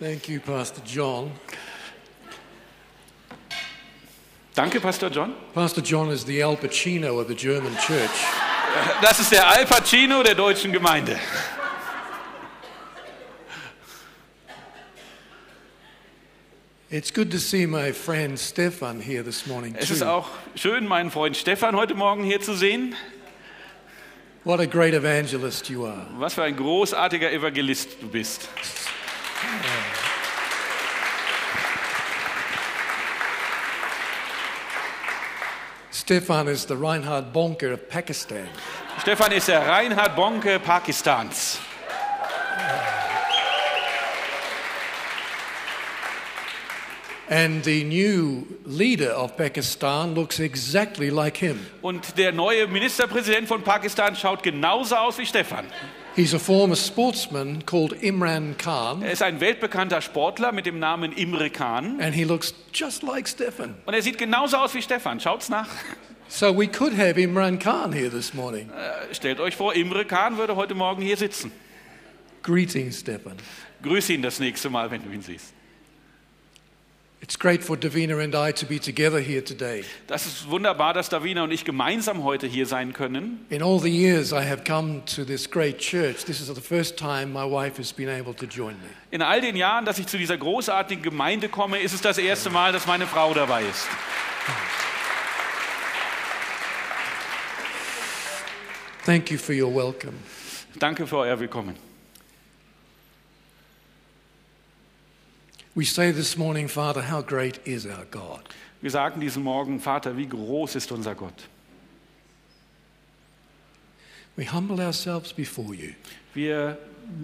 Thank you, Pastor John. Danke, Pastor John. Pastor John is the Al Pacino of the German church. Das ist der Al Pacino der deutschen Gemeinde. It's good to see my friend Stefan here this morning, Es ist too. auch schön, meinen Freund Stefan heute Morgen hier zu sehen. What a great evangelist you are. Was für ein großartiger Evangelist du bist. Stefan is the Reinhard Bonker of Pakistan. Stefan ist der Reinhard Bonke Pakistans. And the new leader of Pakistan looks exactly like him. Und der neue Ministerpräsident von Pakistan schaut genauso aus wie Stefan. He's a former sportsman called Imran Khan, Er ist ein weltbekannter Sportler mit dem Namen Imre Khan. and he looks just like Stefan. Und er sieht genauso aus wie Stefan. Schaut's nach. So we could have Imran Khan here this morning. Äh, Stellt euch vor, Imre Khan würde heute Morgen hier sitzen. Greetings, Stefan. Grüß ihn das nächste Mal, wenn du ihn siehst. It's great for Davina and I to be together here today. Das ist wunderbar, dass Davina und ich gemeinsam heute hier sein können. In all the years I have come to this great church, this is the first time my wife has been able to join me. In all den Jahren, dass ich zu dieser großartigen Gemeinde komme, ist es das erste Mal, dass meine Frau dabei ist. Thank you for your welcome. Danke für euer Willkommen. We say this morning, Father, how great is our God. Wir sagten diesen Morgen, Vater, wie groß ist unser Gott. We humble ourselves before you. Wir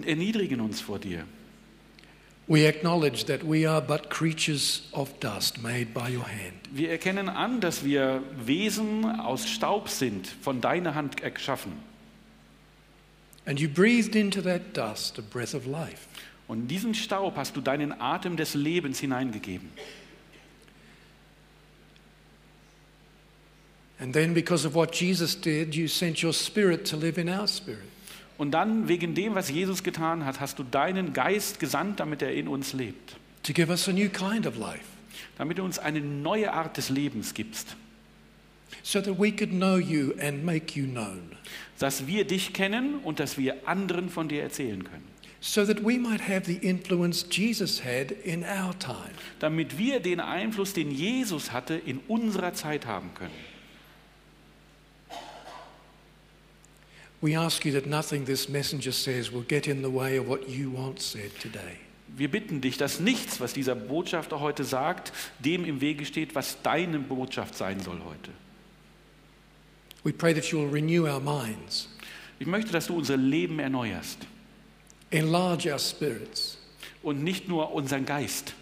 erniedrigen uns vor dir. We acknowledge that we are but creatures of dust made by your hand. Wir erkennen an, dass wir Wesen aus Staub sind, von deiner Hand erschaffen. And you breathed into that dust a breath of life. Und in diesen Staub hast du deinen Atem des Lebens hineingegeben. And then, because of what Jesus did, you sent your spirit to live in our spirit. Und dann, wegen dem, was Jesus getan hat, hast du deinen Geist gesandt, damit er in uns lebt. to give us a new kind of life Damit du uns eine neue Art des Lebens gibst. so that we could know you and make you known, Dass wir dich kennen und dass wir anderen von dir erzählen können. so that we might have the influence Jesus had in our time. Damit wir den Einfluss, den Jesus hatte, in unserer Zeit haben können. We ask you that nothing this messenger says will get in the way of what you want said today. Wir bitten dich, dass nichts, was dieser Botschafter heute sagt, dem im Wege steht, was deine Botschaft sein soll heute. We pray that you will renew our minds, Ich möchte, dass du unser Leben erneuerst enlarge our spirits, und nicht nur unseren Geist.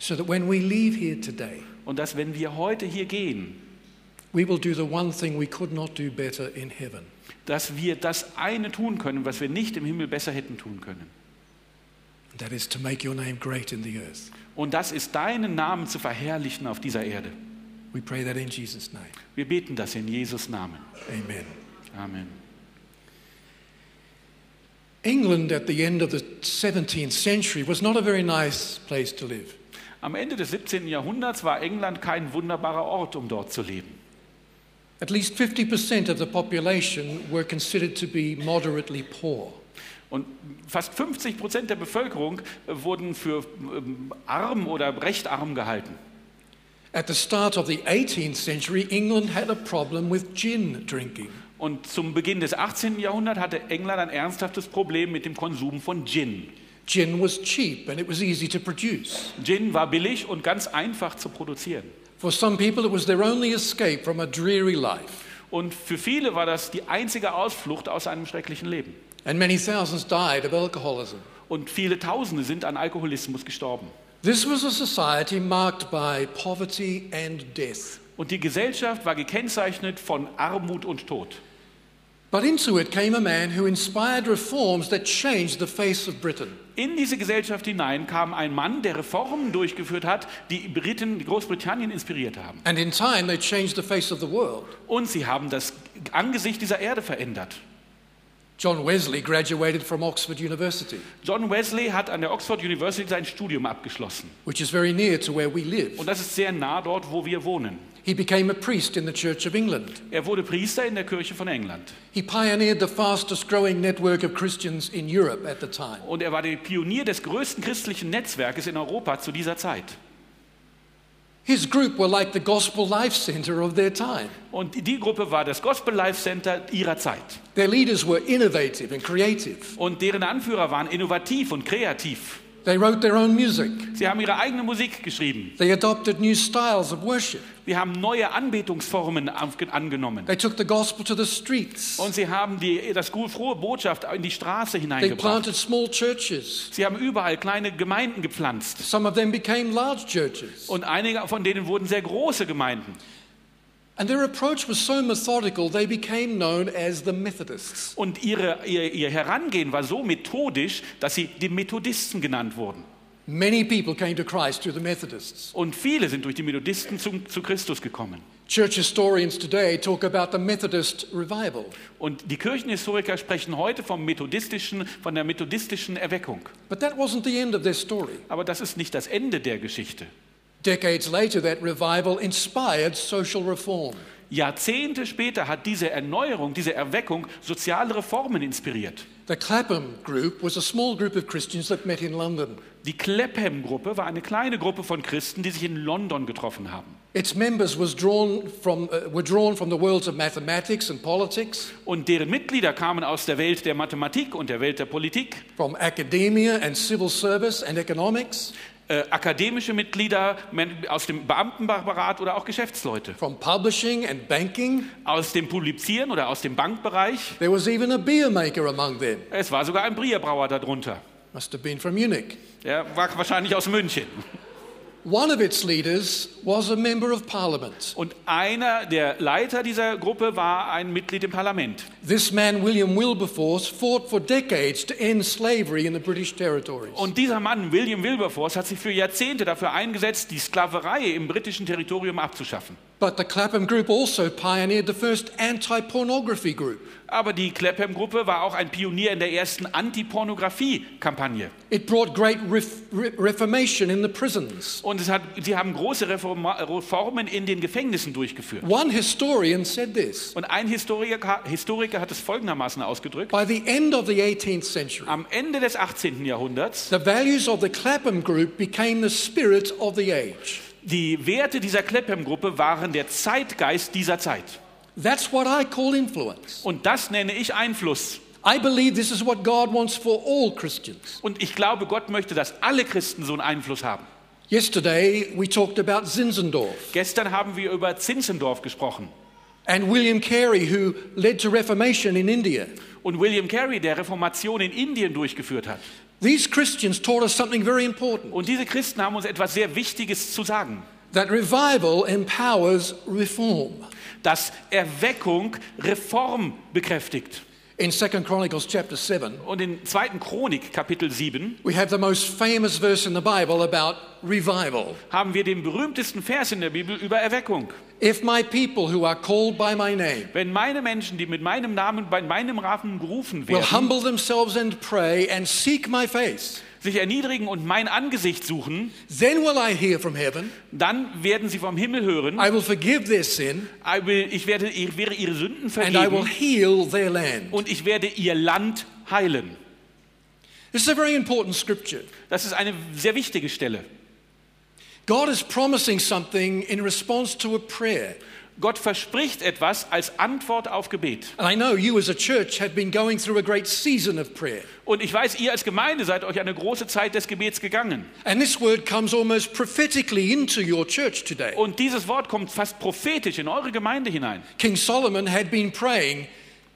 so that when we leave here today, Und dass, wenn wir heute hier gehen, we will do the one thing we could not do better in heaven. dass wir das eine tun können, was wir nicht im Himmel besser hätten tun können. and That is to make your name great in the earth. Und das ist deinen Namen zu verherrlichen auf dieser Erde. We pray that in Jesus' name. Wir beten das in Jesus Namen. Amen. Amen. England at the end of the 17th century was not a very nice place to live. Am Ende des 17. Jahrhunderts war England kein wunderbarer Ort, um dort zu leben. At least 50% of the population were considered to be moderately poor. Und fast 50 Prozent der Bevölkerung äh, wurden für ähm, arm oder recht arm gehalten. At the start of the 18th century, England had a problem with gin drinking. Und zum Beginn des 18. Jahrhunderts hatte England ein ernsthaftes Problem mit dem Konsum von Gin. Gin was cheap and it was easy to produce. Gin war billig und ganz einfach zu produzieren. For some people, it was their only escape from a dreary life, Und für viele war das die einzige Ausflucht aus einem schrecklichen Leben. and many thousands died of alcoholism. Und viele Tausende sind an Alkoholismus gestorben. This was a society marked by poverty and death. Und die Gesellschaft war gekennzeichnet von Armut und Tod. But into it came a man who inspired reforms that changed the face of Britain. In diese Gesellschaft hinein kam ein Mann, der Reformen durchgeführt hat, die Briten, die Großbritannien inspiriert haben. And in time, they changed the face of the world. Und sie haben das Angesicht dieser Erde verändert. John Wesley graduated from Oxford University, John Wesley hat an der Oxford University sein Studium abgeschlossen. which is very near to where we Und live. das ist sehr nah dort, wo wir wohnen. He became a priest in the Church of England. Er wurde Priester in der Kirche von England. He pioneered the fastest growing network of Christians in Europe at the time. Und er war der Pionier des größten christlichen Netzwerkes in Europa zu dieser Zeit. His group were like the Gospel Life Center of their time. Und die Gruppe war das Gospel Life Center ihrer Zeit. Their leaders were innovative and creative. Und deren Anführer waren innovativ und kreativ. They wrote their own music. Sie haben ihre eigene Musik geschrieben. They adopted new styles of worship. Sie haben neue Anbetungsformen aufge- angenommen. They took the gospel to the streets. Und sie haben die, das gu- frohe Botschaft in die Straße They hineingebracht. planted small churches. Sie haben überall kleine Gemeinden gepflanzt. Some of them became large churches. Und einige von denen wurden sehr große Gemeinden. And their approach was so methodical, they became known as the Methodists. Und ihre, ihr, ihr Herangehen war so methodisch, dass sie die Methodisten genannt wurden. Many people came to Christ through the Methodists. Und viele sind durch die Methodisten zum, zu Christus gekommen. Church historians today talk about the Methodist revival. Und die Kirchenhistoriker sprechen heute vom methodistischen, von der methodistischen Erweckung. But that wasn't the end of their story. Aber das ist nicht das Ende der Geschichte. Decades later, that revival inspired social reform. Jahrzehnte später hat diese Erneuerung, diese Erweckung soziale Reformen inspiriert. The Clapham group was a small group of Christians that met in London. Die Clapham-Gruppe war eine kleine Gruppe von Christen, die sich in London getroffen haben. Its members was drawn from, uh, were drawn from the worlds of mathematics and politics, Und deren Mitglieder kamen aus der Welt der Mathematik und der Welt der Politik. from academia and civil service and economics, Äh, akademische Mitglieder men- aus dem Beamtenberat oder auch Geschäftsleute. from publishing and banking. Aus dem Publizieren oder aus dem Bankbereich. There was even a beer maker among them. Es war sogar ein Bierbrauer darunter. Must have been from Munich. Der war wahrscheinlich aus München. One of its leaders was a member of parliament. Und einer der Leiter dieser Gruppe war ein Mitglied im Parlament. This man, William Wilberforce, fought for decades to end slavery in the British territories. Und dieser Mann, William Wilberforce, hat sich für Jahrzehnte dafür eingesetzt, die Sklaverei im britischen Territorium abzuschaffen. But the Clapham group also pioneered the first anti pornography group. Aber die Clapham-Gruppe war auch ein Pionier in der ersten Anti-Pornografie-Kampagne. It brought great ref- re- reformation in the prisons. Und es hat, sie haben große Reforma Reformen in den Gefängnissen durchgeführt. One historian said this Und ein Historiker, Historiker hat es folgendermaßen ausgedrückt. By the end of the 18th century, Am Ende des 18. Jahrhunderts, the values of the Clapham group became the spirit of the age. die Werte dieser Clapham-Gruppe waren der Zeitgeist dieser Zeit. That's what I call influence. Und das nenne ich Einfluss. I believe this is what God wants for all Christians. Und ich glaube, Gott möchte, dass alle Christen so einen Einfluss haben. Yesterday, we talked about Zinzendorf Gestern haben wir über Zinzendorf gesprochen and William Carey, who led to Reformation in India. und William Carey, der Reformation in Indien durchgeführt hat. These Christians taught us something very important. Und diese Christen haben uns etwas sehr Wichtiges zu sagen, that revival empowers reform. dass Erweckung Reform bekräftigt. In 2 Chronicles chapter 7, Und in 2. Chronik, Kapitel 7, we have the most famous verse in the Bible about revival. haben wir den berühmtesten Vers in der Bibel über Erweckung. If my people who are called by my name Wenn meine Menschen, die mit meinem Namen bei meinem Rahmen gerufen will werden, humble themselves and pray and seek my face, sich erniedrigen und mein Angesicht suchen, then will I hear from heaven, dann werden sie vom Himmel hören, I will forgive their sin, I will- ich werde, ich werde ihre Sünden and I will vergeben heal their land. und ich werde ihr Land heilen. This is a very important scripture. Das ist eine sehr wichtige Stelle. God is promising something in response to a prayer. Gott verspricht etwas als Antwort auf Gebet. And I know you as a church have been going through a great season of prayer. Und ich weiß, ihr als Gemeinde seid euch eine große Zeit des Gebets gegangen. And this word comes almost prophetically into your church today. Und dieses Wort kommt fast prophetisch in eure Gemeinde hinein. King Solomon had been praying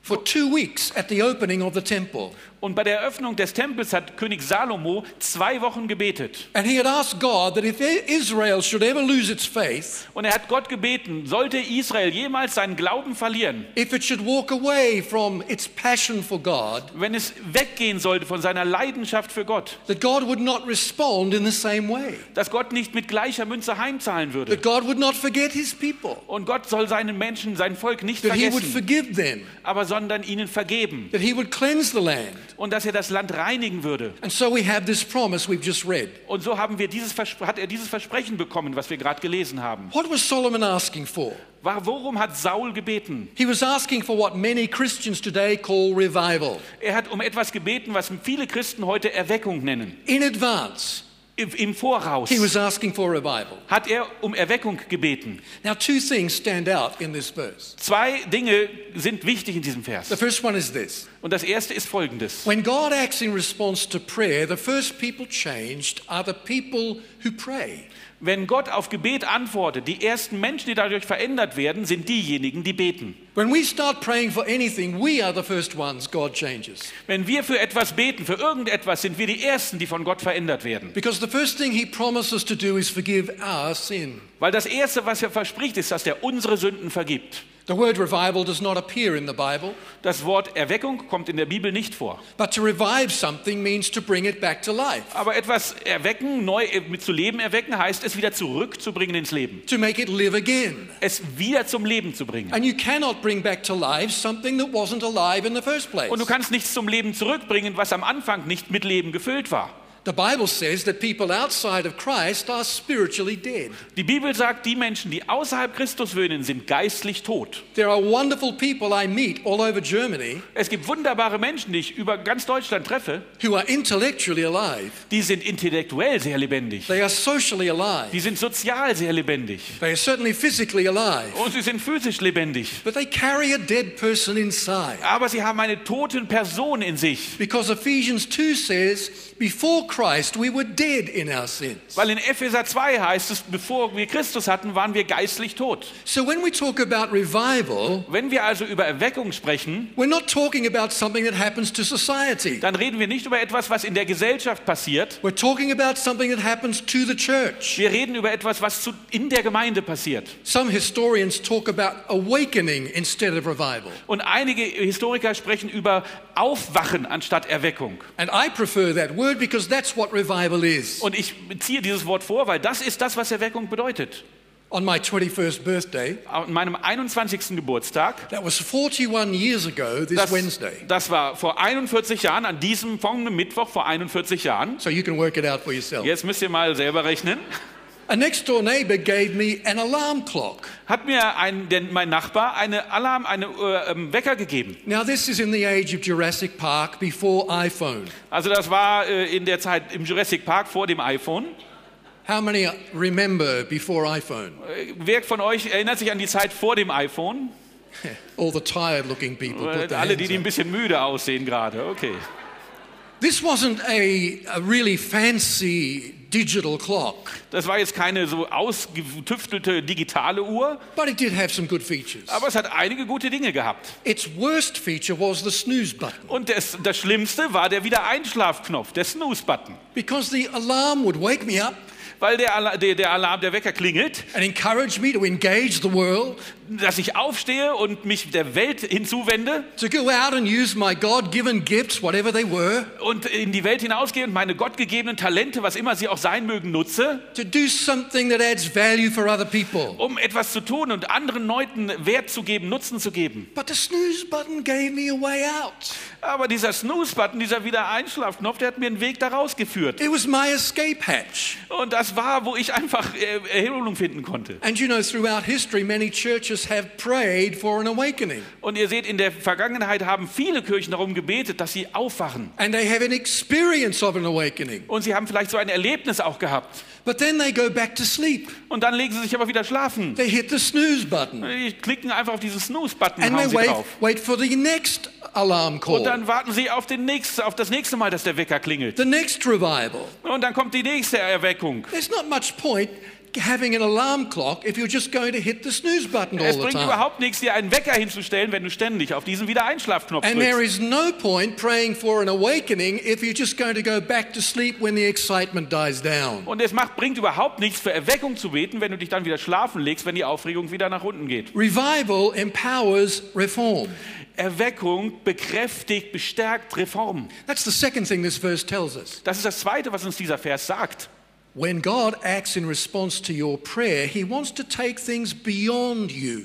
for two weeks at the opening of the temple. Und bei der Eröffnung des Tempels hat König Salomo zwei Wochen gebetet. And he had asked God that if Israel should ever lose its faith, Und er hat Gott gebeten, sollte Israel jemals seinen Glauben verlieren, if it should walk away from its passion for God, wenn es weggehen sollte von seiner Leidenschaft für Gott, that God would not respond in the same way, dass Gott nicht mit gleicher Münze heimzahlen würde. that God would not forget his people, Und Gott soll seinen Menschen, sein Volk nicht that he would vergessen, forgive them, aber sondern ihnen vergeben that he would cleanse the land. und dass er das Land reinigen würde. And so we have this promise we've just read. Und so haben wir dieses Verspre- hat er dieses Versprechen bekommen, was wir gerade gelesen haben. What was Solomon asking for? Wa- Worum hat Saul gebeten? He was asking for what many Christians today call revival. Er hat um etwas gebeten, was viele Christen heute Erweckung nennen. In advance, Im- Im Voraus he was asking for revival. hat er um Erweckung gebeten. Now, two things stand out in this verse. Zwei Dinge sind wichtig in diesem The Vers. first one is this Und das erste ist folgendes. When God acts in response to prayer, the first people changed are the people who pray. Wenn Gott auf Gebet antwortet, die ersten Menschen, die dadurch verändert werden, sind diejenigen, die beten. When we start praying for anything, we are the first ones God changes. Wenn wir für etwas beten, für irgendetwas, sind wir die Ersten, die von Gott verändert werden. Because the first thing He promises to do is forgive our sin. Weil das Erste, was er verspricht, ist, dass er unsere Sünden vergibt. The word revival does not appear in the Bible, Das Wort Erweckung kommt in der Bibel nicht vor. but to revive something means to bring it back to life, Aber etwas erwecken, neu äh, mit zu Leben erwecken, heißt es wieder zurückzubringen ins Leben. to make it live again. Es wieder zum Leben zu bringen. And you cannot bring back to life something that wasn't alive in the first place. Und du kannst nichts zum Leben zurückbringen, was am Anfang nicht mit Leben gefüllt war. The Bible says that people outside of Christ are spiritually dead. Die Bibel sagt, die Menschen, die außerhalb Christus wohnen, sind geistlich tot. There are wonderful people I meet all over Germany Es gibt wunderbare Menschen, die ich über ganz Deutschland treffe, who are intellectually alive. die sind intellektuell sehr lebendig. They are socially alive. Die sind sozial sehr lebendig. They are certainly physically alive. Und sie sind physisch lebendig. But they carry a dead person inside. Aber sie haben eine toten Person in sich. Because Ephesians 2 says, before Christ we were dead in our sins. Weil in Epheser 2 heißt es, bevor wir Christus hatten, waren wir geistlich tot. So when we talk about revival, Wenn wir also über Erweckung sprechen, we're not talking about something that happens to society. dann reden wir nicht über etwas, was in der Gesellschaft passiert. We're talking about something that happens to the church. Wir reden über etwas, was zu, in der Gemeinde passiert. Some historians talk about awakening instead of revival. Und einige Historiker sprechen über Aufwachen anstatt Erweckung. And I prefer that word because that's what revival is. Und ich ziehe dieses Wort vor, weil das ist das, was Erweckung bedeutet. On my 21st birthday, An meinem 21. Geburtstag, that was 41 years ago this das, Wednesday. das war vor 41 Jahren, an diesem folgenden Mittwoch vor 41 Jahren. So you can work it out for yourself. Jetzt müsst ihr mal selber rechnen. A next door neighbor gave me an alarm clock. Hat mir ein, denn mein Nachbar eine Alarm, eine äh, ähm, Wecker gegeben. Now, this is in the age of Jurassic Park before iPhone. Also das war äh, in der Zeit im Jurassic Park vor dem iPhone. How many remember before iPhone? Äh, wer von euch erinnert sich an die Zeit vor dem iPhone? All the tired looking people. Put Äh, their alle, die, hands die ein up. bisschen müde aussehen gerade. Okay. This wasn't a, a really fancy digital clock, Das war jetzt keine so ausgetüftelte digitale Uhr, but it did have some good features. aber es hat einige gute Dinge gehabt. Its worst feature was the snooze button Und das, das Schlimmste war der Wiedereinschlafknopf, der Snooze-Button. because the alarm would wake me up Weil der, Ala der, der Alarm, der Wecker klingelt, and encourage me to engage the world, dass ich aufstehe und mich der Welt hinzuwende to go out and use my God given gifts, whatever they were, und in die Welt hinausgehe und meine gottgegebenen Talente, was immer sie auch sein mögen, nutze, to do something that adds value for other people. um etwas zu tun und anderen Leuten Wert zu geben, Nutzen zu geben. But the snooze button gave me a way out. Aber dieser Snooze-Button, dieser Wiedereinschlafknopf, der hat mir einen Weg daraus geführt. It was my escape hatch. Und das war, wo ich einfach äh, Erholung finden konnte. And you know, throughout history, many churches have prayed for an awakening. Und ihr seht, in der Vergangenheit haben viele Kirchen darum gebetet, dass sie aufwachen. And they have an experience of an awakening. Und sie haben vielleicht so ein Erlebnis auch gehabt. But then they go back to sleep. Und dann legen sie sich aber wieder schlafen. They hit the snooze button. Die klicken einfach auf diesen Snooze-Button und And they hauen sie wait, drauf. wait for the next alarm Und call, dann warten sie auf, den nächsten, auf das nächste Mal, dass der Wecker klingelt. the next revival. Und dann kommt die nächste Erweckung. There's not much point having an alarm clock if you're just going to hit the snooze button all Es the bringt time. überhaupt nichts, dir einen Wecker hinzustellen, wenn du ständig auf diesen Wiedereinschlafknopf And there is drückst. no point praying for an awakening if you're just going to go back to sleep when the excitement dies down. Und es macht, bringt überhaupt nichts, für Erweckung zu beten, wenn du dich dann wieder schlafen legst, wenn die Aufregung wieder nach unten geht. Revival empowers reform. Erweckung bekräftigt, bestärkt Reformen. That's the second thing this verse tells us. Das ist das Zweite, was uns dieser Vers sagt. When God acts in response to your prayer, He wants to take things beyond you.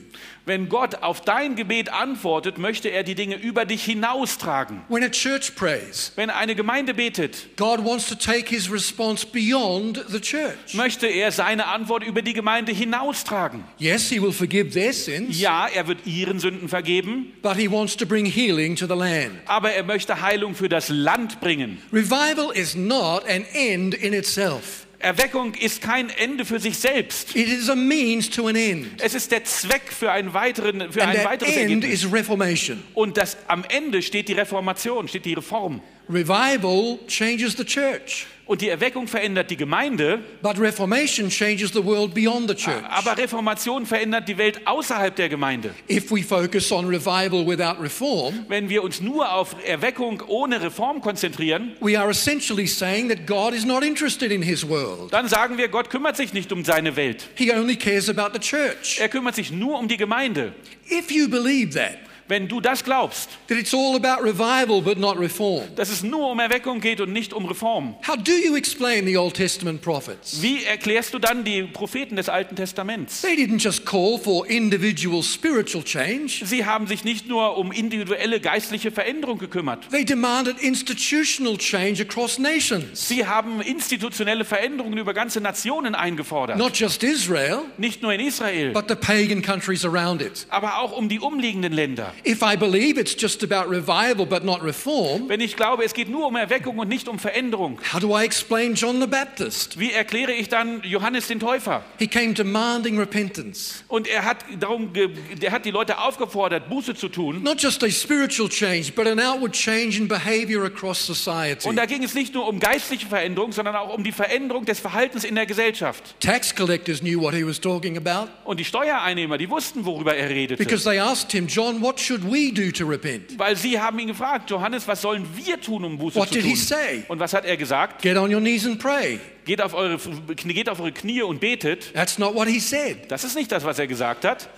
Wenn Gott auf dein Gebet antwortet, möchte er die Dinge über dich hinaustragen. When a church prays, Wenn eine Gemeinde betet, God wants to take His response beyond the church. möchte er seine Antwort über die Gemeinde hinaustragen. Yes, He will forgive their sins, Ja, er wird ihren Sünden vergeben, but He wants to bring healing to the land. aber er möchte Heilung für das Land bringen. Revival is not an end in itself, Erweckung ist kein Ende für sich selbst. it is a means to an end. Es ist der Zweck für, einen weiteren, für And ein that weiteres end Ergebnis. is reformation. Und das, am Ende steht die Reformation, steht die Reform. Revival changes the church, Und die Erweckung verändert die Gemeinde, but reformation changes the world beyond the church. aber Reformation verändert die Welt außerhalb der Gemeinde. If we focus on revival without reform, Wenn wir uns nur auf Erweckung ohne Reform konzentrieren, we are essentially saying that God is not interested in his world. dann sagen wir, Gott kümmert sich nicht um seine Welt. He only cares about the church. Er kümmert sich nur um die Gemeinde. If you believe that, Wenn du das glaubst, that it's all about revival but not reform, dass es nur um Erweckung geht und nicht um Reform, how do you explain the Old Testament prophets? wie erklärst du dann die Propheten des Alten Testaments? They didn't just call for individual spiritual change, Sie haben sich nicht nur um individuelle geistliche Veränderung gekümmert. they demanded institutional change across nations, Sie haben institutionelle Veränderungen über ganze Nationen eingefordert. not just Israel, Nicht nur in Israel, but the pagan countries around it. aber auch um die umliegenden Länder. If I believe it's just about revival but not reform, Wenn ich glaube, es geht nur um Erweckung und nicht um Veränderung, how do I explain John the Baptist? wie erkläre ich dann Johannes den Täufer? He came demanding repentance, Und er hat, darum ge er hat die Leute aufgefordert, Buße zu tun. not just a spiritual change, but an outward change in behavior across society. Und da ging es nicht nur um geistliche Veränderung, sondern auch um die Veränderung des Verhaltens in der Gesellschaft. Tax collectors knew what he was talking about Und die Steuereinnehmer, die wussten, worüber er redete. because they asked him, John, what should we do to repent? Weil sie haben ihn gefragt, Johannes, was sollen wir tun, um Buße What zu did he tun? say? Und was hat er gesagt? Get on your knees and pray. Geht auf eure, geht auf eure Knie und betet. That's not what he said. Das ist nicht das, was er gesagt hat.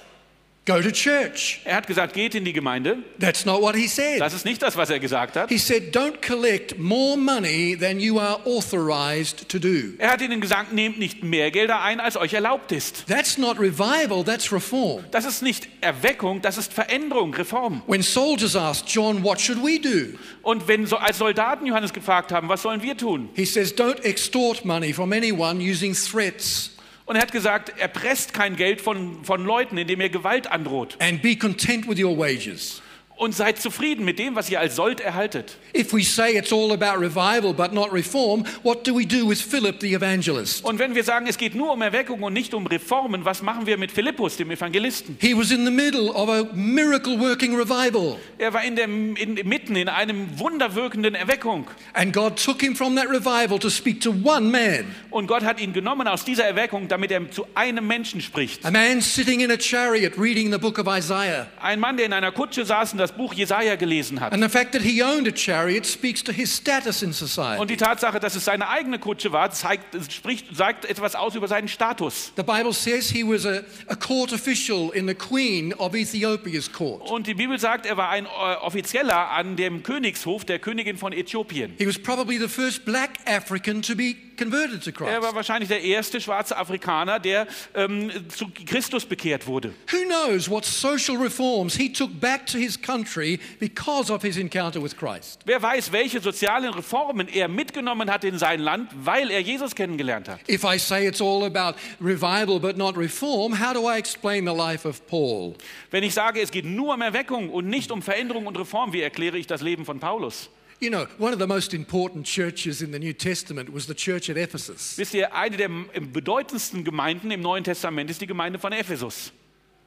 Go to church. Er hat gesagt, geht in die Gemeinde. That's not what he said. Das ist nicht das, was er gesagt hat. He said, don't collect more money than you are authorized to do. Er hat ihnen gesagt, nehmt nicht mehr Gelder ein, als euch erlaubt ist. That's not revival, that's reform. Das ist nicht Erweckung, das ist Veränderung, Reform. When soldiers asked John, what should we do? Und wenn so als Soldaten Johannes gefragt haben, was sollen wir tun? He says, Don't extort money from anyone using threats Und er hat gesagt, erpresst kein Geld von, von Leuten, indem ihr Gewalt androht. and be content with your wages. Und seid zufrieden mit dem, was ihr als Sold erhaltet. If we say it's all about revival but not reform, what do we do with Philip the evangelist? Und wenn wir sagen, es geht nur um Erweckung und nicht um Reformen, was machen wir mit Philippus, dem Evangelisten? He was in the middle of a miracle working revival, Er war in der, in, mitten in einem wunderwirkenden Erweckung. and God took him from that revival to speak to one man, Und Gott hat ihn genommen aus dieser Erweckung, damit er zu einem Menschen spricht. a man sitting in a chariot reading the book of Isaiah. Ein Mann, der in einer Kutsche saß und das Buch Jesaja gelesen hat. And the fact that he owned a chariot speaks to his status in society. Und die Tatsache, dass es seine eigene Kutsche war, zeigt, es spricht, sagt etwas aus über seinen Status. The Bible says he was a, a court official in the queen of Ethiopia's court. Und die Bibel sagt, er war ein äh, Offizieller an dem Königshof der Königin von Äthiopien. He was probably the first black African to be converted to Er war Christ. wahrscheinlich der erste schwarze Afrikaner, der ähm, zu Christus bekehrt wurde. Who knows what social reforms he took back to his country because of his encounter with Christ? Wer weiß, welche sozialen Reformen er mitgenommen hat in sein Land, weil er Jesus kennengelernt hat. If I say it's all about revival but not reform, how do I explain the life of Paul? Wenn ich sage, es geht nur um Erweckung und nicht um Veränderung und Reform, wie erkläre ich das Leben von Paulus? You know, one of the most important churches in the New Testament was the church at Ephesus. ähm, Wisst ihr, eine der m- bedeutendsten Gemeinden im Neuen Testament ist die Gemeinde von Ephesus.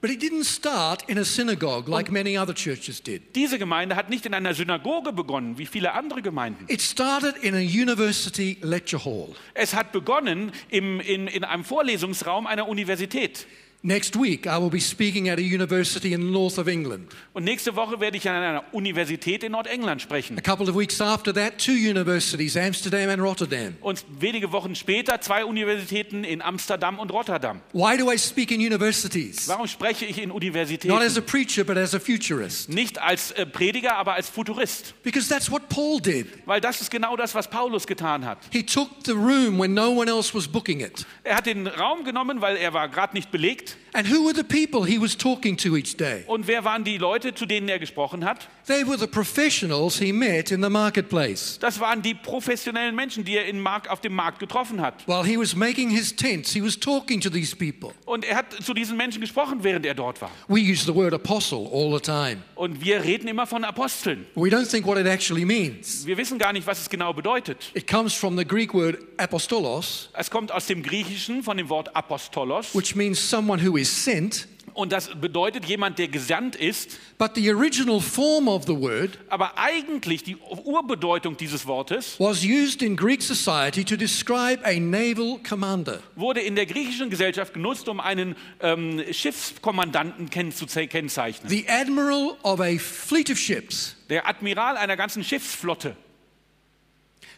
But it didn't start in a synagogue like many other churches did. Diese Gemeinde hat nicht in einer Synagoge begonnen, wie viele andere Gemeinden. It started in a university lecture hall. Es hat begonnen im, in, in einem Vorlesungsraum einer Universität. Next week, I will be speaking at a university in the north of England. Und nächste Woche werde ich an einer Universität in Nordengland A sprechen. couple of weeks after that, two universities, Amsterdam and Rotterdam. Und wenige Wochen später zwei Universitäten in Amsterdam und Rotterdam. Why do I speak in universities? Warum spreche ich in Not as Universitäten? a preacher, but as a futurist. Nicht als äh, Prediger, aber als Futurist. Because that's what Paul did. Weil das ist genau das, was Paulus getan hat. He took the room when no one else was booking it. Er hat den Raum genommen, weil er war gerade nicht belegt. And who were the people he was talking to each day? Und wer waren die Leute, zu denen er gesprochen hat? They were the professionals he met in the marketplace. Das waren die professionellen Menschen, die er in Mark, auf dem Markt getroffen hat. While he was making his tents, he was talking to these people. Und er hat zu diesen Menschen gesprochen, während er dort war. We use the word apostle all the time. Und wir reden immer von Aposteln. We don't think what it actually means. Wir wissen gar nicht, was es genau bedeutet. It comes from the Greek word apostolos, Es kommt aus dem Griechischen von dem Wort Apostolos. which means someone who is sent. Und das bedeutet jemand, der gesandt ist. But the original form of the word Aber eigentlich die Urbedeutung dieses Wortes was used in Greek society to describe a naval commander. wurde in der griechischen Gesellschaft genutzt, um einen ähm, Schiffskommandanten kenn zu ze- kennzeichnen. The admiral of a fleet of ships. Der Admiral einer ganzen Schiffsflotte.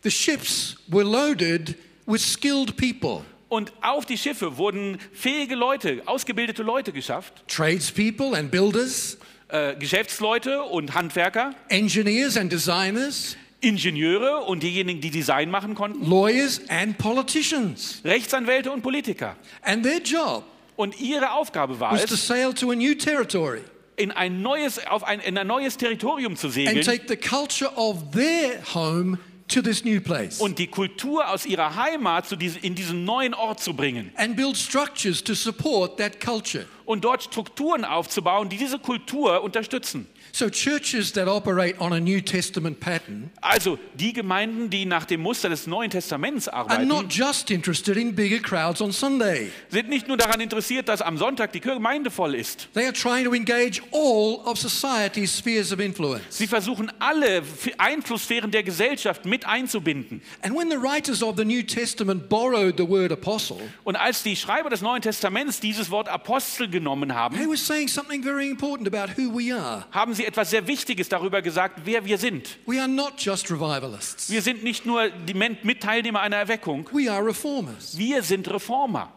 The ships were loaded with skilled people Und auf die Schiffe wurden fähige Leute, ausgebildete Leute geschafft, tradespeople and builders, äh, Geschäftsleute und Handwerker, engineers and designers, Ingenieure und diejenigen, die Design machen konnten, lawyers and politicians. Rechtsanwälte und Politiker. And their job Und ihre Aufgabe war was to es, sail to a new territory in ein neues, auf ein, in ein neues Territorium zu and segeln take the culture of their home to this new place und die Kultur aus ihrer Heimat zu diesem, in diesen neuen Ort zu bringen and build structures to support that culture. und dort Strukturen aufzubauen, die diese Kultur unterstützen. So, churches that operate on a New Testament pattern Also die Gemeinden, die nach dem Muster des Neuen Testaments are not arbeiten, just interested in bigger crowds on Sunday, sind nicht nur daran interessiert, dass am Sonntag die Gemeinde voll ist. they are trying to engage all of society's spheres of influence. Sie versuchen alle F- Einflusssphären der Gesellschaft mit einzubinden. And when the writers of the New Testament borrowed the word apostle, Und als die Schreiber des Neuen Testaments dieses Wort Apostel genommen they haben, were saying something very important about who we are. haben sie etwas sehr Wichtiges darüber gesagt, wer wir sind. We are not just revivalists, Wir sind nicht nur die Men- Mitteilnehmer einer Erweckung, we are reformers. wir sind Reformer.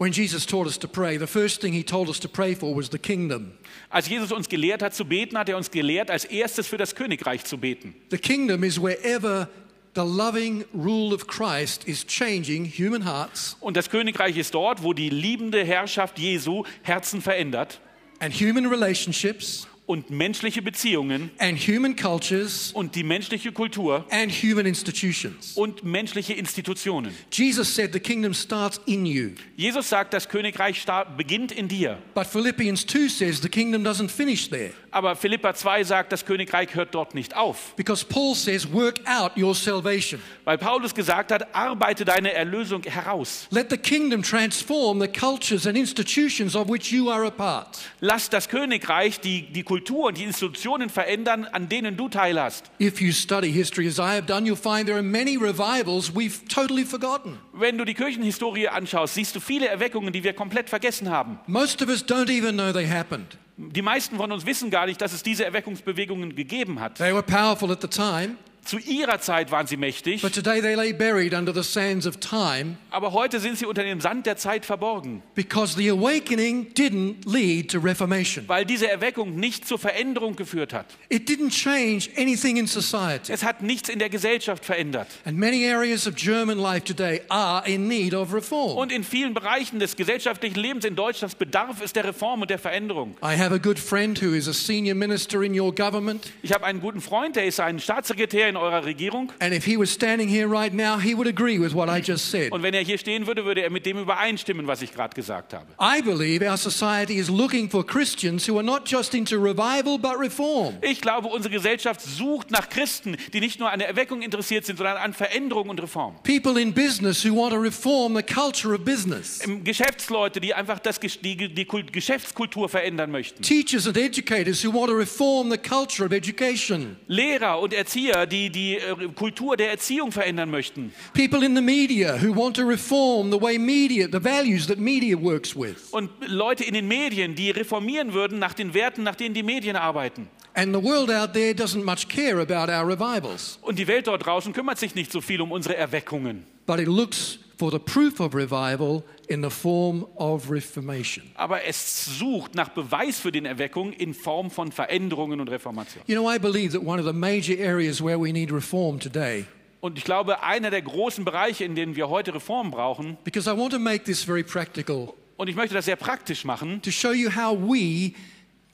When Jesus taught us to pray, the first thing he told us to pray for was the kingdom. Als Jesus uns gelehrt hat zu beten, hat er uns gelehrt, als erstes für das Königreich zu beten. The kingdom is wherever the loving rule of Christ is changing human hearts Und das Königreich ist dort, wo die liebende Herrschaft Jesu Herzen verändert and human relationships und menschliche Beziehungen and human cultures und die menschliche Kultur and human institutions. und menschliche Institutionen. Jesus said the kingdom starts in you. Jesus sagt, das Königreich sta- beginnt in dir. But Philippians 2 says the kingdom doesn't finish there Aber Philippa 2 sagt, das Königreich hört dort nicht auf. because Paul says, work out your salvation. Weil Paulus gesagt hat, arbeite deine Erlösung heraus. Let the kingdom transform the cultures and institutions of which you are a part. Lass das Königreich die, die Kultur und die Institutionen verändern, an denen du teil hast. If you study history as I have done, you'll find there are many revivals we've totally forgotten. Wenn du die Kirchenhistorie anschaust, siehst du viele Erweckungen, die wir komplett vergessen haben. Most of us don't even know they happened. Die meisten von uns wissen gar nicht, dass es diese Erweckungsbewegungen gegeben hat. They were powerful at the time, Zu ihrer Zeit waren sie mächtig, but today they lay buried under the sands of time aber heute sind sie unter dem Sand der Zeit verborgen, because the awakening didn't lead to reformation. weil diese Erweckung nicht zur Veränderung geführt hat. It didn't change anything in society. Es hat nichts in der Gesellschaft verändert. And many areas of German life today are in need of reform. Und in vielen Bereichen des gesellschaftlichen Lebens in Deutschlands bedarf es der Reform und der Veränderung. I have a good friend who is a senior minister in your government, Ich habe einen guten Freund, der ist ein Staatssekretär in eurer Regierung. And if he was standing here right now, he would agree with what I just said. Und wenn er hier stehen würde, würde er mit dem übereinstimmen, was ich gerade gesagt habe. I believe our society is looking for Christians who are not just into revival but reform. Ich glaube, unsere Gesellschaft sucht nach Christen, die nicht nur an der Erweckung interessiert sind, sondern an Veränderung und Reform. People in business who want to reform the culture of business. Ähm, Geschäftsleute, die einfach das, Gesch- die, die Kult, Geschäftskultur verändern möchten. Teachers and educators who want to reform the culture of education. Lehrer und Erzieher, die die äh, Kultur der Erziehung verändern möchten. People in the media who want to reform the way media, the values that media works with. Und Leute in den Medien, die reformieren würden nach den Werten, nach denen die Medien arbeiten. And the world out there doesn't much care about our revivals, Und die Welt dort draußen kümmert sich nicht so viel um unsere Erweckungen. but it looks for the proof of revival in the form of reformation. Aber es sucht nach Beweis für den Erweckung in Form von Veränderungen und Reformation. You know, I believe that one of the major areas where we need reform today, Und ich glaube, einer der großen Bereiche, in denen wir heute Reformen brauchen, because I want to make this very practical und ich möchte das sehr praktisch machen, to show you how we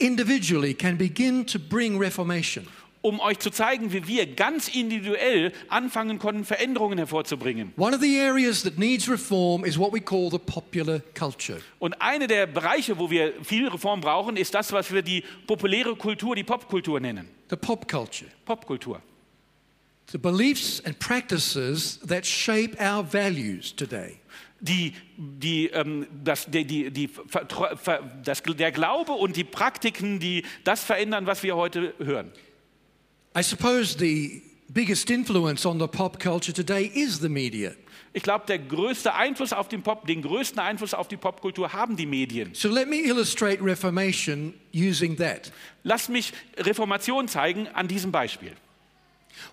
individually can begin to bring reformation. um euch zu zeigen, wie wir ganz individuell anfangen konnten, Veränderungen hervorzubringen. One of the areas that needs reform is what we call the popular culture. Und eine der Bereiche, wo wir viel Reform brauchen, ist das, was wir die populäre Kultur, die Popkultur nennen. the pop culture, Popkultur. the beliefs and practices that shape our values today. Die, die, ähm, das, die, die, die, ver, tro- ver, das, der Glaube und die Praktiken, die das verändern, was wir heute hören. I suppose the biggest influence on the pop culture today is the media. Ich glaube, der größte Einfluss auf den Pop, den größten Einfluss auf die Popkultur haben die Medien. So let me illustrate Reformation using that. Lass mich Reformation zeigen an diesem Beispiel.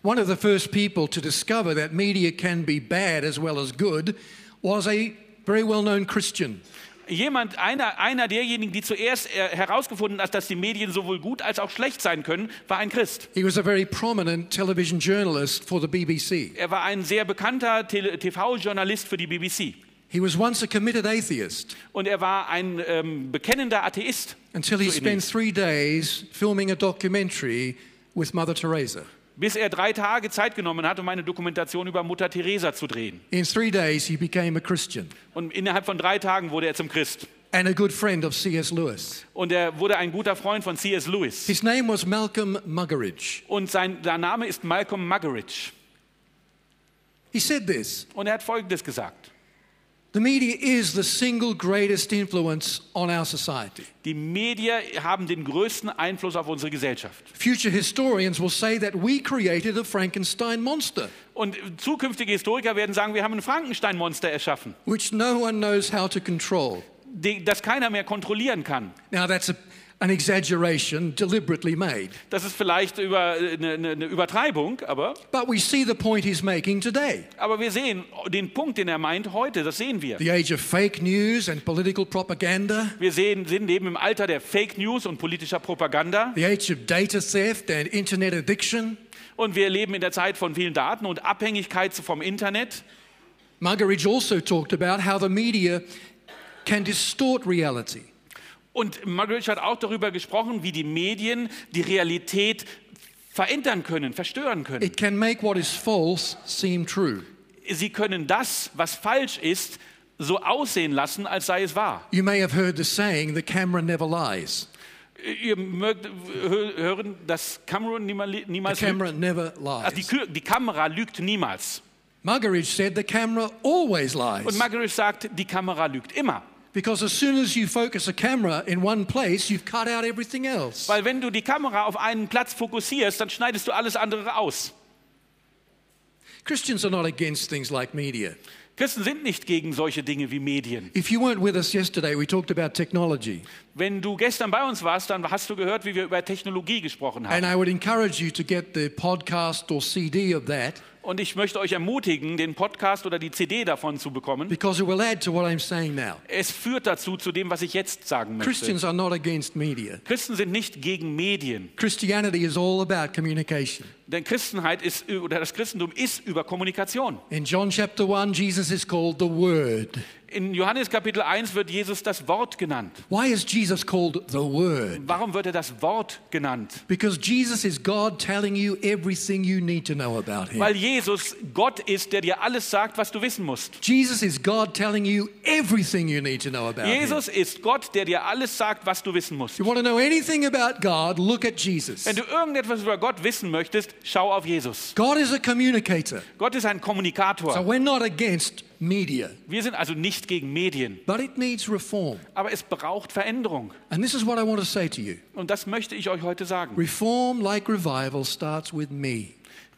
One of the first people to discover that media can be bad as well as good was a very well known Christian. Jemand, einer, einer derjenigen, die zuerst äh, herausgefunden hat, dass die Medien sowohl gut als auch schlecht sein können, war ein Christ. He was a very prominent television journalist for the BBC. Er war ein sehr bekannter Tele- TV-Journalist für die BBC. He was once a committed atheist Und er war ein ähm, bekennender Atheist, until he So it spent is. three days filming a documentary with Mother Teresa. bis er drei Tage Zeit genommen hat, um eine Dokumentation über Mutter Teresa zu drehen. In three days, he became a Christian Und innerhalb von drei Tagen wurde er zum Christ. and a good friend of C.S. Lewis. Und er wurde ein guter Freund von C.S. Lewis. His name was Malcolm Muggeridge. Und sein, sein Name ist Malcolm Muggeridge. He said this Und er hat Folgendes gesagt. The media is the single greatest influence on our society. Die Medien haben den größten Einfluss auf unsere Gesellschaft. Future historians will say that we created a Frankenstein monster, Und zukünftige Historiker werden sagen, wir haben ein Frankenstein-Monster erschaffen, which no one knows how to control. die- das keiner mehr kontrollieren kann. Now, that's a, an exaggeration deliberately made, Das ist vielleicht über, äh, eine, eine eine Übertreibung, aber, but we see the point he's making today. aber wir sehen den Punkt, den er meint, heute, das sehen wir. The age of fake news and political propaganda, Wir sehen, sind eben im Alter der Fake News und politischer Propaganda the age of data theft and internet addiction. und wir leben in der Zeit von vielen Daten und Abhängigkeit vom Internet. Margaridge also talked about how the media can distort reality. Und Margaret hat auch darüber gesprochen, wie die Medien die Realität verändern können, verstören können. It can make what is false seem true. Sie können das, was falsch ist, so aussehen lassen, als sei es wahr. You may have heard the saying, the camera never lies. Ihr mögt hö- hören, dass Cameron niemal- The niemals lügt. camera never Also die, lies. Kü- die Kamera lügt niemals. Muggeridge said the camera always Und lies. Margaret sagt, die Kamera lügt immer. Because as soon as you focus a camera in one place, you've cut out everything else. Weil wenn du die Kamera auf einen Platz fokussierst, dann schneidest du alles andere aus. Christians are not against things like media. Christen sind nicht gegen solche Dinge wie Medien. If you weren't with us yesterday, we talked about technology. Wenn du gestern bei uns warst, dann hast du gehört, wie wir über Technologie gesprochen haben. And I would encourage you to get the podcast or CD of that Und ich möchte euch ermutigen, den Podcast oder die CD davon zu bekommen. because it will add to what I'm saying now. Es führt dazu zu dem, was ich jetzt sagen möchte. Christians are not against media. Christen sind nicht gegen Medien, Christianity is all about communication. denn Christenheit ist oder das Christentum ist über Kommunikation. In John chapter 1, Jesus is called the Word. In Johannes Kapitel 1 wird Jesus das Wort genannt. Why is Jesus called the Word? Warum wird er das Wort genannt? Because Jesus is God telling you everything you need to know about Him. Weil Jesus Gott ist, der dir alles sagt, was du wissen musst. Jesus is God telling you everything you need to know about Him. Jesus ist Gott, der dir alles sagt, was du wissen musst. If you want to know anything about God, look at Jesus. Wenn du irgendetwas über Gott wissen möchtest, schau auf Jesus. God is a communicator. Gott ist ein So Kommunikator. we're not against media, Wir sind also nicht gegen Medien, but it needs reform. aber es braucht Veränderung. And this is what I want to say to you. Und das möchte ich euch heute sagen. Reform, like revival, starts with me.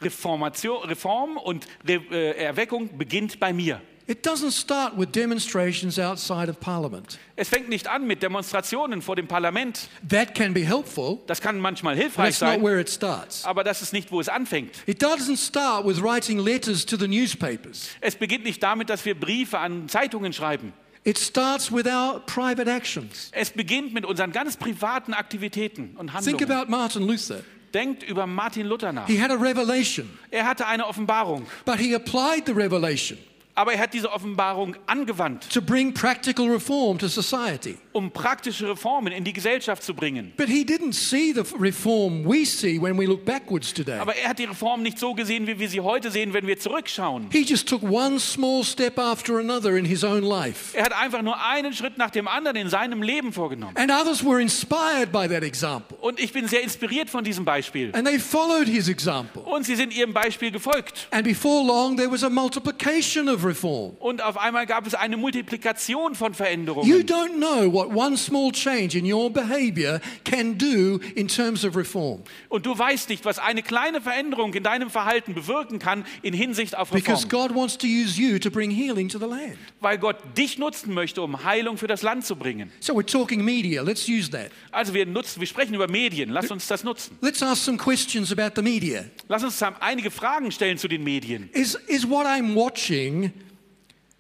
Reformation, Reform und Re äh, Erweckung beginnt bei mir. It doesn't start with demonstrations outside of Parliament. Es fängt nicht an mit Demonstrationen vor dem Parlament. That can be helpful, Das kann manchmal but hilfreich it's not sein, where it starts. aber das ist nicht, wo es anfängt. It doesn't start with writing letters to the newspapers. Es beginnt nicht damit, dass wir Briefe an Zeitungen schreiben. It starts with our private actions. Es beginnt mit unseren ganz privaten Aktivitäten und Think Handlungen. about Martin Luther. Denkt über Martin Luther nach. He had a revelation, Er hatte eine Offenbarung, but he applied the revelation aber er hat diese Offenbarung angewandt, to bring practical reform to society. um praktische Reformen in die Gesellschaft zu bringen. But he didn't see the reform we see when we look backwards today. Aber er hat die Reform nicht so gesehen, wie wir sie heute sehen, wenn wir zurückschauen. He just took one small step after another in his own life. Er hat einfach nur einen Schritt nach dem anderen in seinem Leben vorgenommen. And others were inspired by that example. Und ich bin sehr inspiriert von diesem Beispiel. And they followed his example. Und sie sind ihrem Beispiel gefolgt. And before long, there was a multiplication of reform. Und auf einmal gab es eine Multiplikation von You Veränderungen. don't know what one small change in your behavior can do in terms of reform. Und du weißt nicht, was eine kleine Veränderung in deinem Verhalten bewirken kann in Hinsicht auf Because Reform. God wants to use you to bring healing to the land. Weil Gott dich nutzen möchte, um Heilung für das Land zu bringen. So we're talking media. Let's use that. Also wir nutzen, wir sprechen über Medien. Lass uns das nutzen. Let's ask some questions about the media. Lass uns zusammen einige Fragen stellen zu den Medien. Is, is what I'm watching,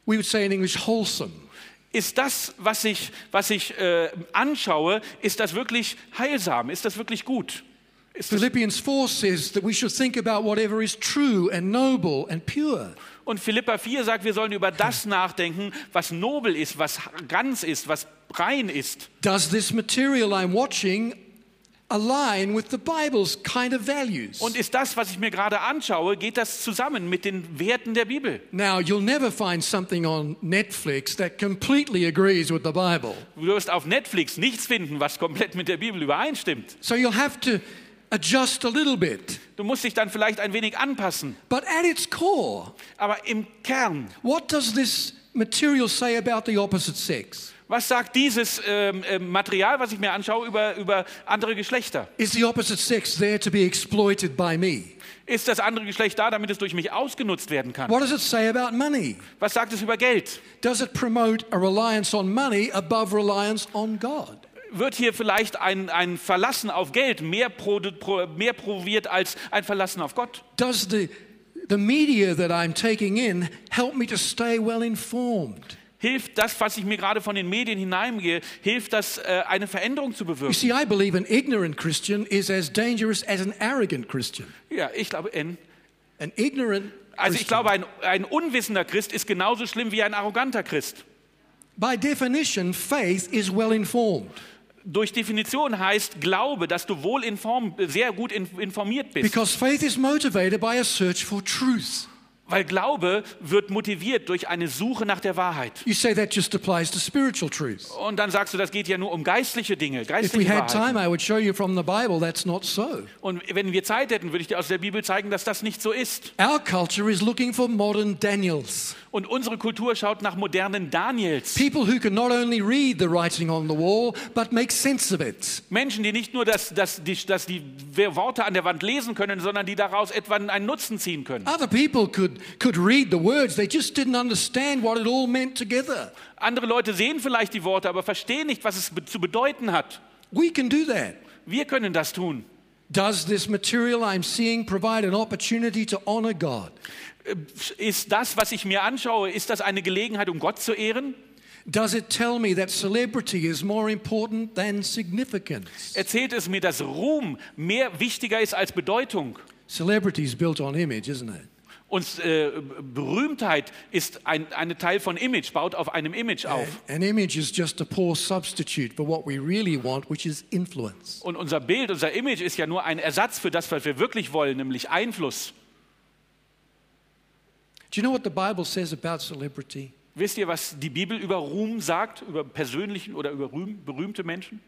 we would say in English, wholesome? Ist das, was ich, was ich äh, anschaue, ist das wirklich heilsam? Ist das wirklich gut? Ist das Philippians 4 says that we should think about whatever is true and noble and pure. Und Philippa 4 sagt, wir sollen über das nachdenken, was nobel ist, was ganz ist, was rein ist. Does this material I'm watching align with the Bible's kind of values? Und ist das, was ich mir gerade anschaue, geht das zusammen mit den Werten der Bibel? Now, you'll never find something on Netflix that completely agrees with the Bible. Du wirst auf Netflix nichts finden, was komplett mit der Bibel übereinstimmt. So you'll have to adjust a little bit. Du musst dich dann vielleicht ein wenig anpassen. But at its core, Aber im Kern, what does this material say about the opposite sex? was sagt dieses ähm, ähm, Material, was ich mir anschaue, über, über andere Geschlechter? Is the opposite sex there to be exploited by me? Ist das andere Geschlecht da, damit es durch mich ausgenutzt werden kann? What does it say about money? Was sagt es über Geld? Does it promote a reliance on money above reliance on God? wird hier vielleicht ein, ein Verlassen auf Geld mehr, pro, pro, mehr proviert als ein Verlassen auf Gott? Does the, the media that I'm taking in help me to stay well informed? Hilft das, was ich mir gerade von den Medien hineingehe, hilft das, äh, eine Veränderung zu You bewirken? see, I believe an ignorant Christian is as dangerous as an arrogant Christian. Ja, ich glaube, N. An ignorant Also Christian, ich glaube, ein, ein unwissender Christ ist genauso schlimm wie ein arroganter Christ. by definition, faith is well informed Durch Definition heißt Glaube, dass du wohl inform, sehr gut in, informiert bist. because faith is motivated by a search for truth. Weil Glaube wird motiviert durch eine Suche nach der Wahrheit. You say that just applies to spiritual truth. Und dann sagst du, das geht ja nur um geistliche Dinge, If we geistliche had Wahrheiten. time, I would show you from the Bible that's not so. Und wenn wir Zeit hätten, würde ich dir aus der Bibel zeigen, dass das nicht so ist. Our culture is looking for modern Daniels, Und unsere Kultur schaut nach modernen Daniels. people who can not only read the writing on the wall, but make sense of it. Menschen, die nicht nur das, das, die, das, die Worte an der Wand lesen können, sondern die daraus etwa einen Nutzen ziehen können. Other people could, could read the words, they just didn't understand what it all meant together. Andere Leute sehen vielleicht die Worte, aber verstehen nicht, was es be- zu bedeuten hat. We can do that. Wir können das tun. Does this material I'm seeing provide an opportunity to honor God? Äh, Ist das, was ich mir anschaue, ist das eine Gelegenheit, um Gott zu ehren? Does it tell me that celebrity is more important than significance? Erzählt es mir, dass Ruhm mehr wichtiger ist als Bedeutung? Celebrity is built on image, isn't it? Und äh, Berühmtheit ist ein, ein Teil von Image, baut auf einem Image auf. An image is just a poor substitute for what we really want, which is influence. Und unser Bild, unser Image ist ja nur ein Ersatz für das, was wir wirklich wollen, nämlich Einfluss. Do you know what the Bible says about celebrity? Wisst ihr, was die Bibel über Ruhm sagt, über persönlichen oder über rühm- berühmte Menschen?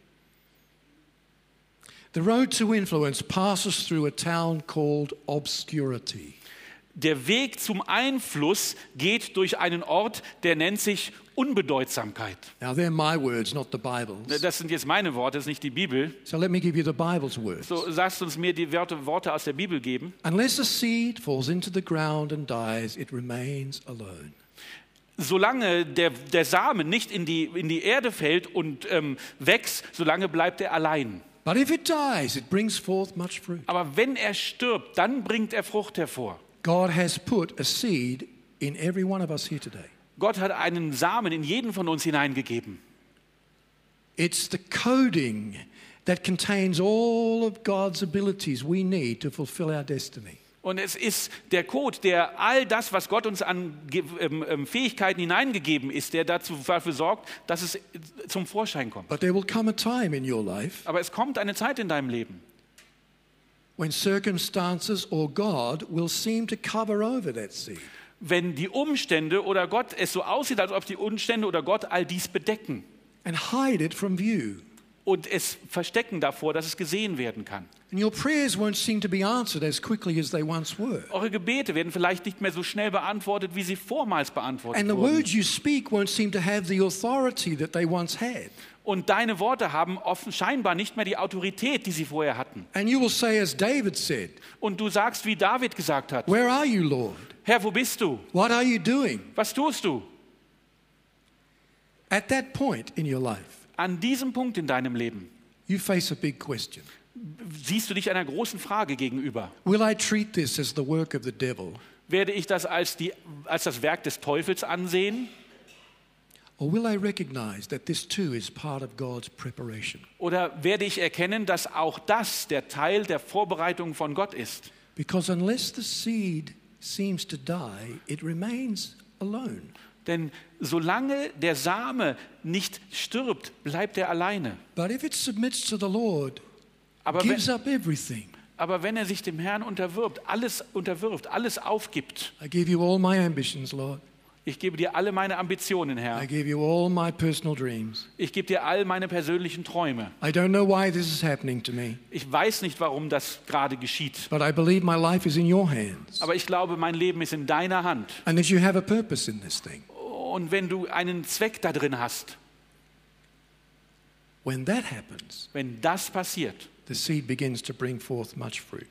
The road to influence passes through a town called obscurity. Der Weg zum Einfluss geht durch einen Ort, der nennt sich Unbedeutsamkeit. Now, they're my words, not the Bible's. Das sind jetzt meine Worte, das ist nicht die Bibel. So let me give you the Bible's words. So sagst du uns mir die Wörter, Worte aus der Bibel geben. Unless a seed falls into the ground and dies, it remains alone. Solange der, der Samen nicht in die, in die Erde fällt und ähm, wächst, solange bleibt er allein. But if it dies, it brings forth much fruit. Aber wenn er stirbt, dann bringt er Frucht hervor. God has put a seed in every one of us here today. Gott hat einen Samen in jeden von uns hineingegeben. It's the coding that contains all of God's abilities we need to fulfill our destiny. Und es ist der Code, der all das, was Gott uns an Ge- ähm, ähm, Fähigkeiten hineingegeben ist, der dazu dafür sorgt, dass es zum Vorschein kommt. But there will come a time in your life Aber es kommt eine Zeit in deinem Leben, when circumstances or God will seem to cover over that seed. wenn die Umstände oder Gott es so aussieht, als ob die Umstände oder Gott all dies bedecken and hide it from view. und es verstecken davor, dass es gesehen werden kann. And your prayers won't seem to be answered as quickly as they once were. Eure Gebete werden vielleicht nicht mehr so schnell beantwortet, wie sie vormals beantwortet And the wurden. words you speak won't seem to have the authority that they once had. Und deine Worte haben offen scheinbar nicht mehr die Autorität, die sie vorher hatten. And you will say, as David said, Und du sagst, wie David gesagt hat, Where are you, Lord? Herr, wo bist du? What are you doing? Was tust du? At that point in your life, An diesem Punkt in deinem Leben you face a big question siehst du dich einer großen Frage gegenüber. Will I treat this as the work of the devil, Werde ich das als, die, als das Werk des Teufels ansehen or will I recognize that this too is part of God's preparation? oder werde ich erkennen, dass auch das der Teil der Vorbereitung von Gott ist? Because unless the seed seems to die, it remains alone. Denn solange der Same nicht stirbt, bleibt er alleine. But if it submits to the Lord, Aber wenn, gives up everything, aber wenn er sich dem Herrn unterwirft, alles unterwirft, alles aufgibt, I give you all my ambitions, Lord. ich gebe dir alle meine Ambitionen, I Herr, give you all my personal dreams. ich gebe dir all meine persönlichen Träume. I don't know why this is happening to me, Ich weiß nicht, warum das gerade geschieht, but I believe my life is in your hands aber ich glaube, mein Leben ist in deiner Hand. and that you have a purpose in this thing. Und wenn du einen Zweck da drin hast, When that happens, wenn das passiert, the seed begins to bring forth much fruit.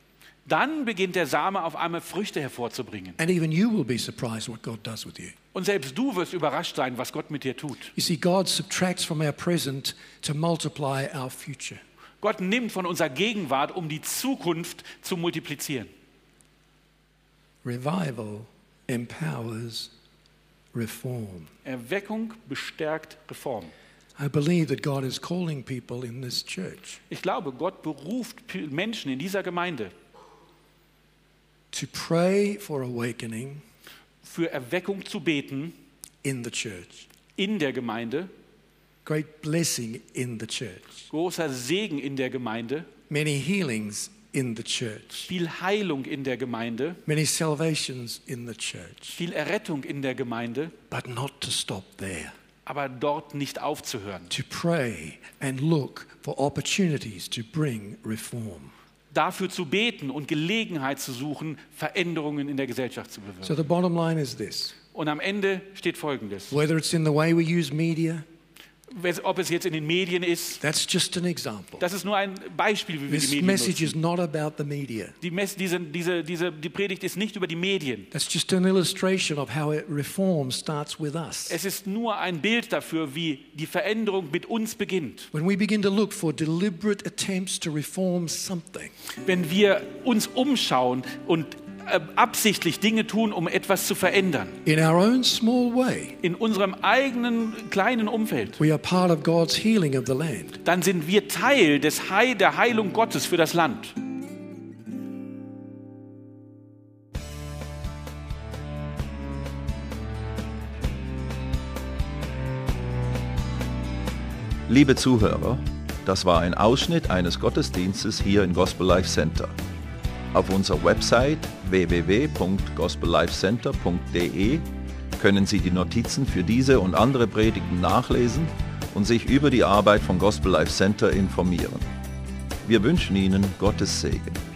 dann beginnt der Same auf einmal Früchte hervorzubringen. And even you will be surprised what God does with you. Und selbst du wirst überrascht sein, was Gott mit dir tut. You see, God subtracts from our present to multiply our future. Gott nimmt von unserer Gegenwart, um die Zukunft zu multiplizieren. Revival empowers reform. Erweckung bestärkt Reform. I believe that God is calling people in this church Ich glaube, Gott beruft P- Menschen in dieser Gemeinde to pray for awakening für Erweckung zu beten in the church, in der Gemeinde, great blessing in the church, großer Segen in der Gemeinde, many healings in the church, viel Heilung in der Gemeinde, many salvations in the church, viel Errettung in der Gemeinde, but not to stop there, aber dort nicht aufzuhören. to pray and look for opportunities to bring reform. dafür zu beten und Gelegenheit zu suchen, Veränderungen in der Gesellschaft zu bewirken. So the bottom line is this Und am Ende steht Folgendes. whether it's in the way we use media, Ob es jetzt in den Medien ist, that's just an example. das ist nur ein Beispiel, wie wir die This Medien message nutzen. is not about the media. Die, Mess, diese, diese, diese, die Predigt ist nicht über die Medien. That's just an illustration of how it reform starts with us. Es ist nur ein Bild dafür, wie die Veränderung mit uns beginnt. When we begin to look for deliberate attempts to reform something, Wenn wir uns umschauen und äh, absichtlich Dinge tun, um etwas zu verändern. in our own small way, In unserem eigenen kleinen Umfeld. we are part of God's healing of the land. Dann sind wir Teil des Heil, der Heilung Gottes für das Land. Liebe Zuhörer, das war ein Ausschnitt eines Gottesdienstes hier im Gospel Life Center. Auf unserer Website www.gospellifecenter.de können Sie die Notizen für diese und andere Predigten nachlesen und sich über die Arbeit von Gospel Life Center informieren. Wir wünschen Ihnen Gottes Segen.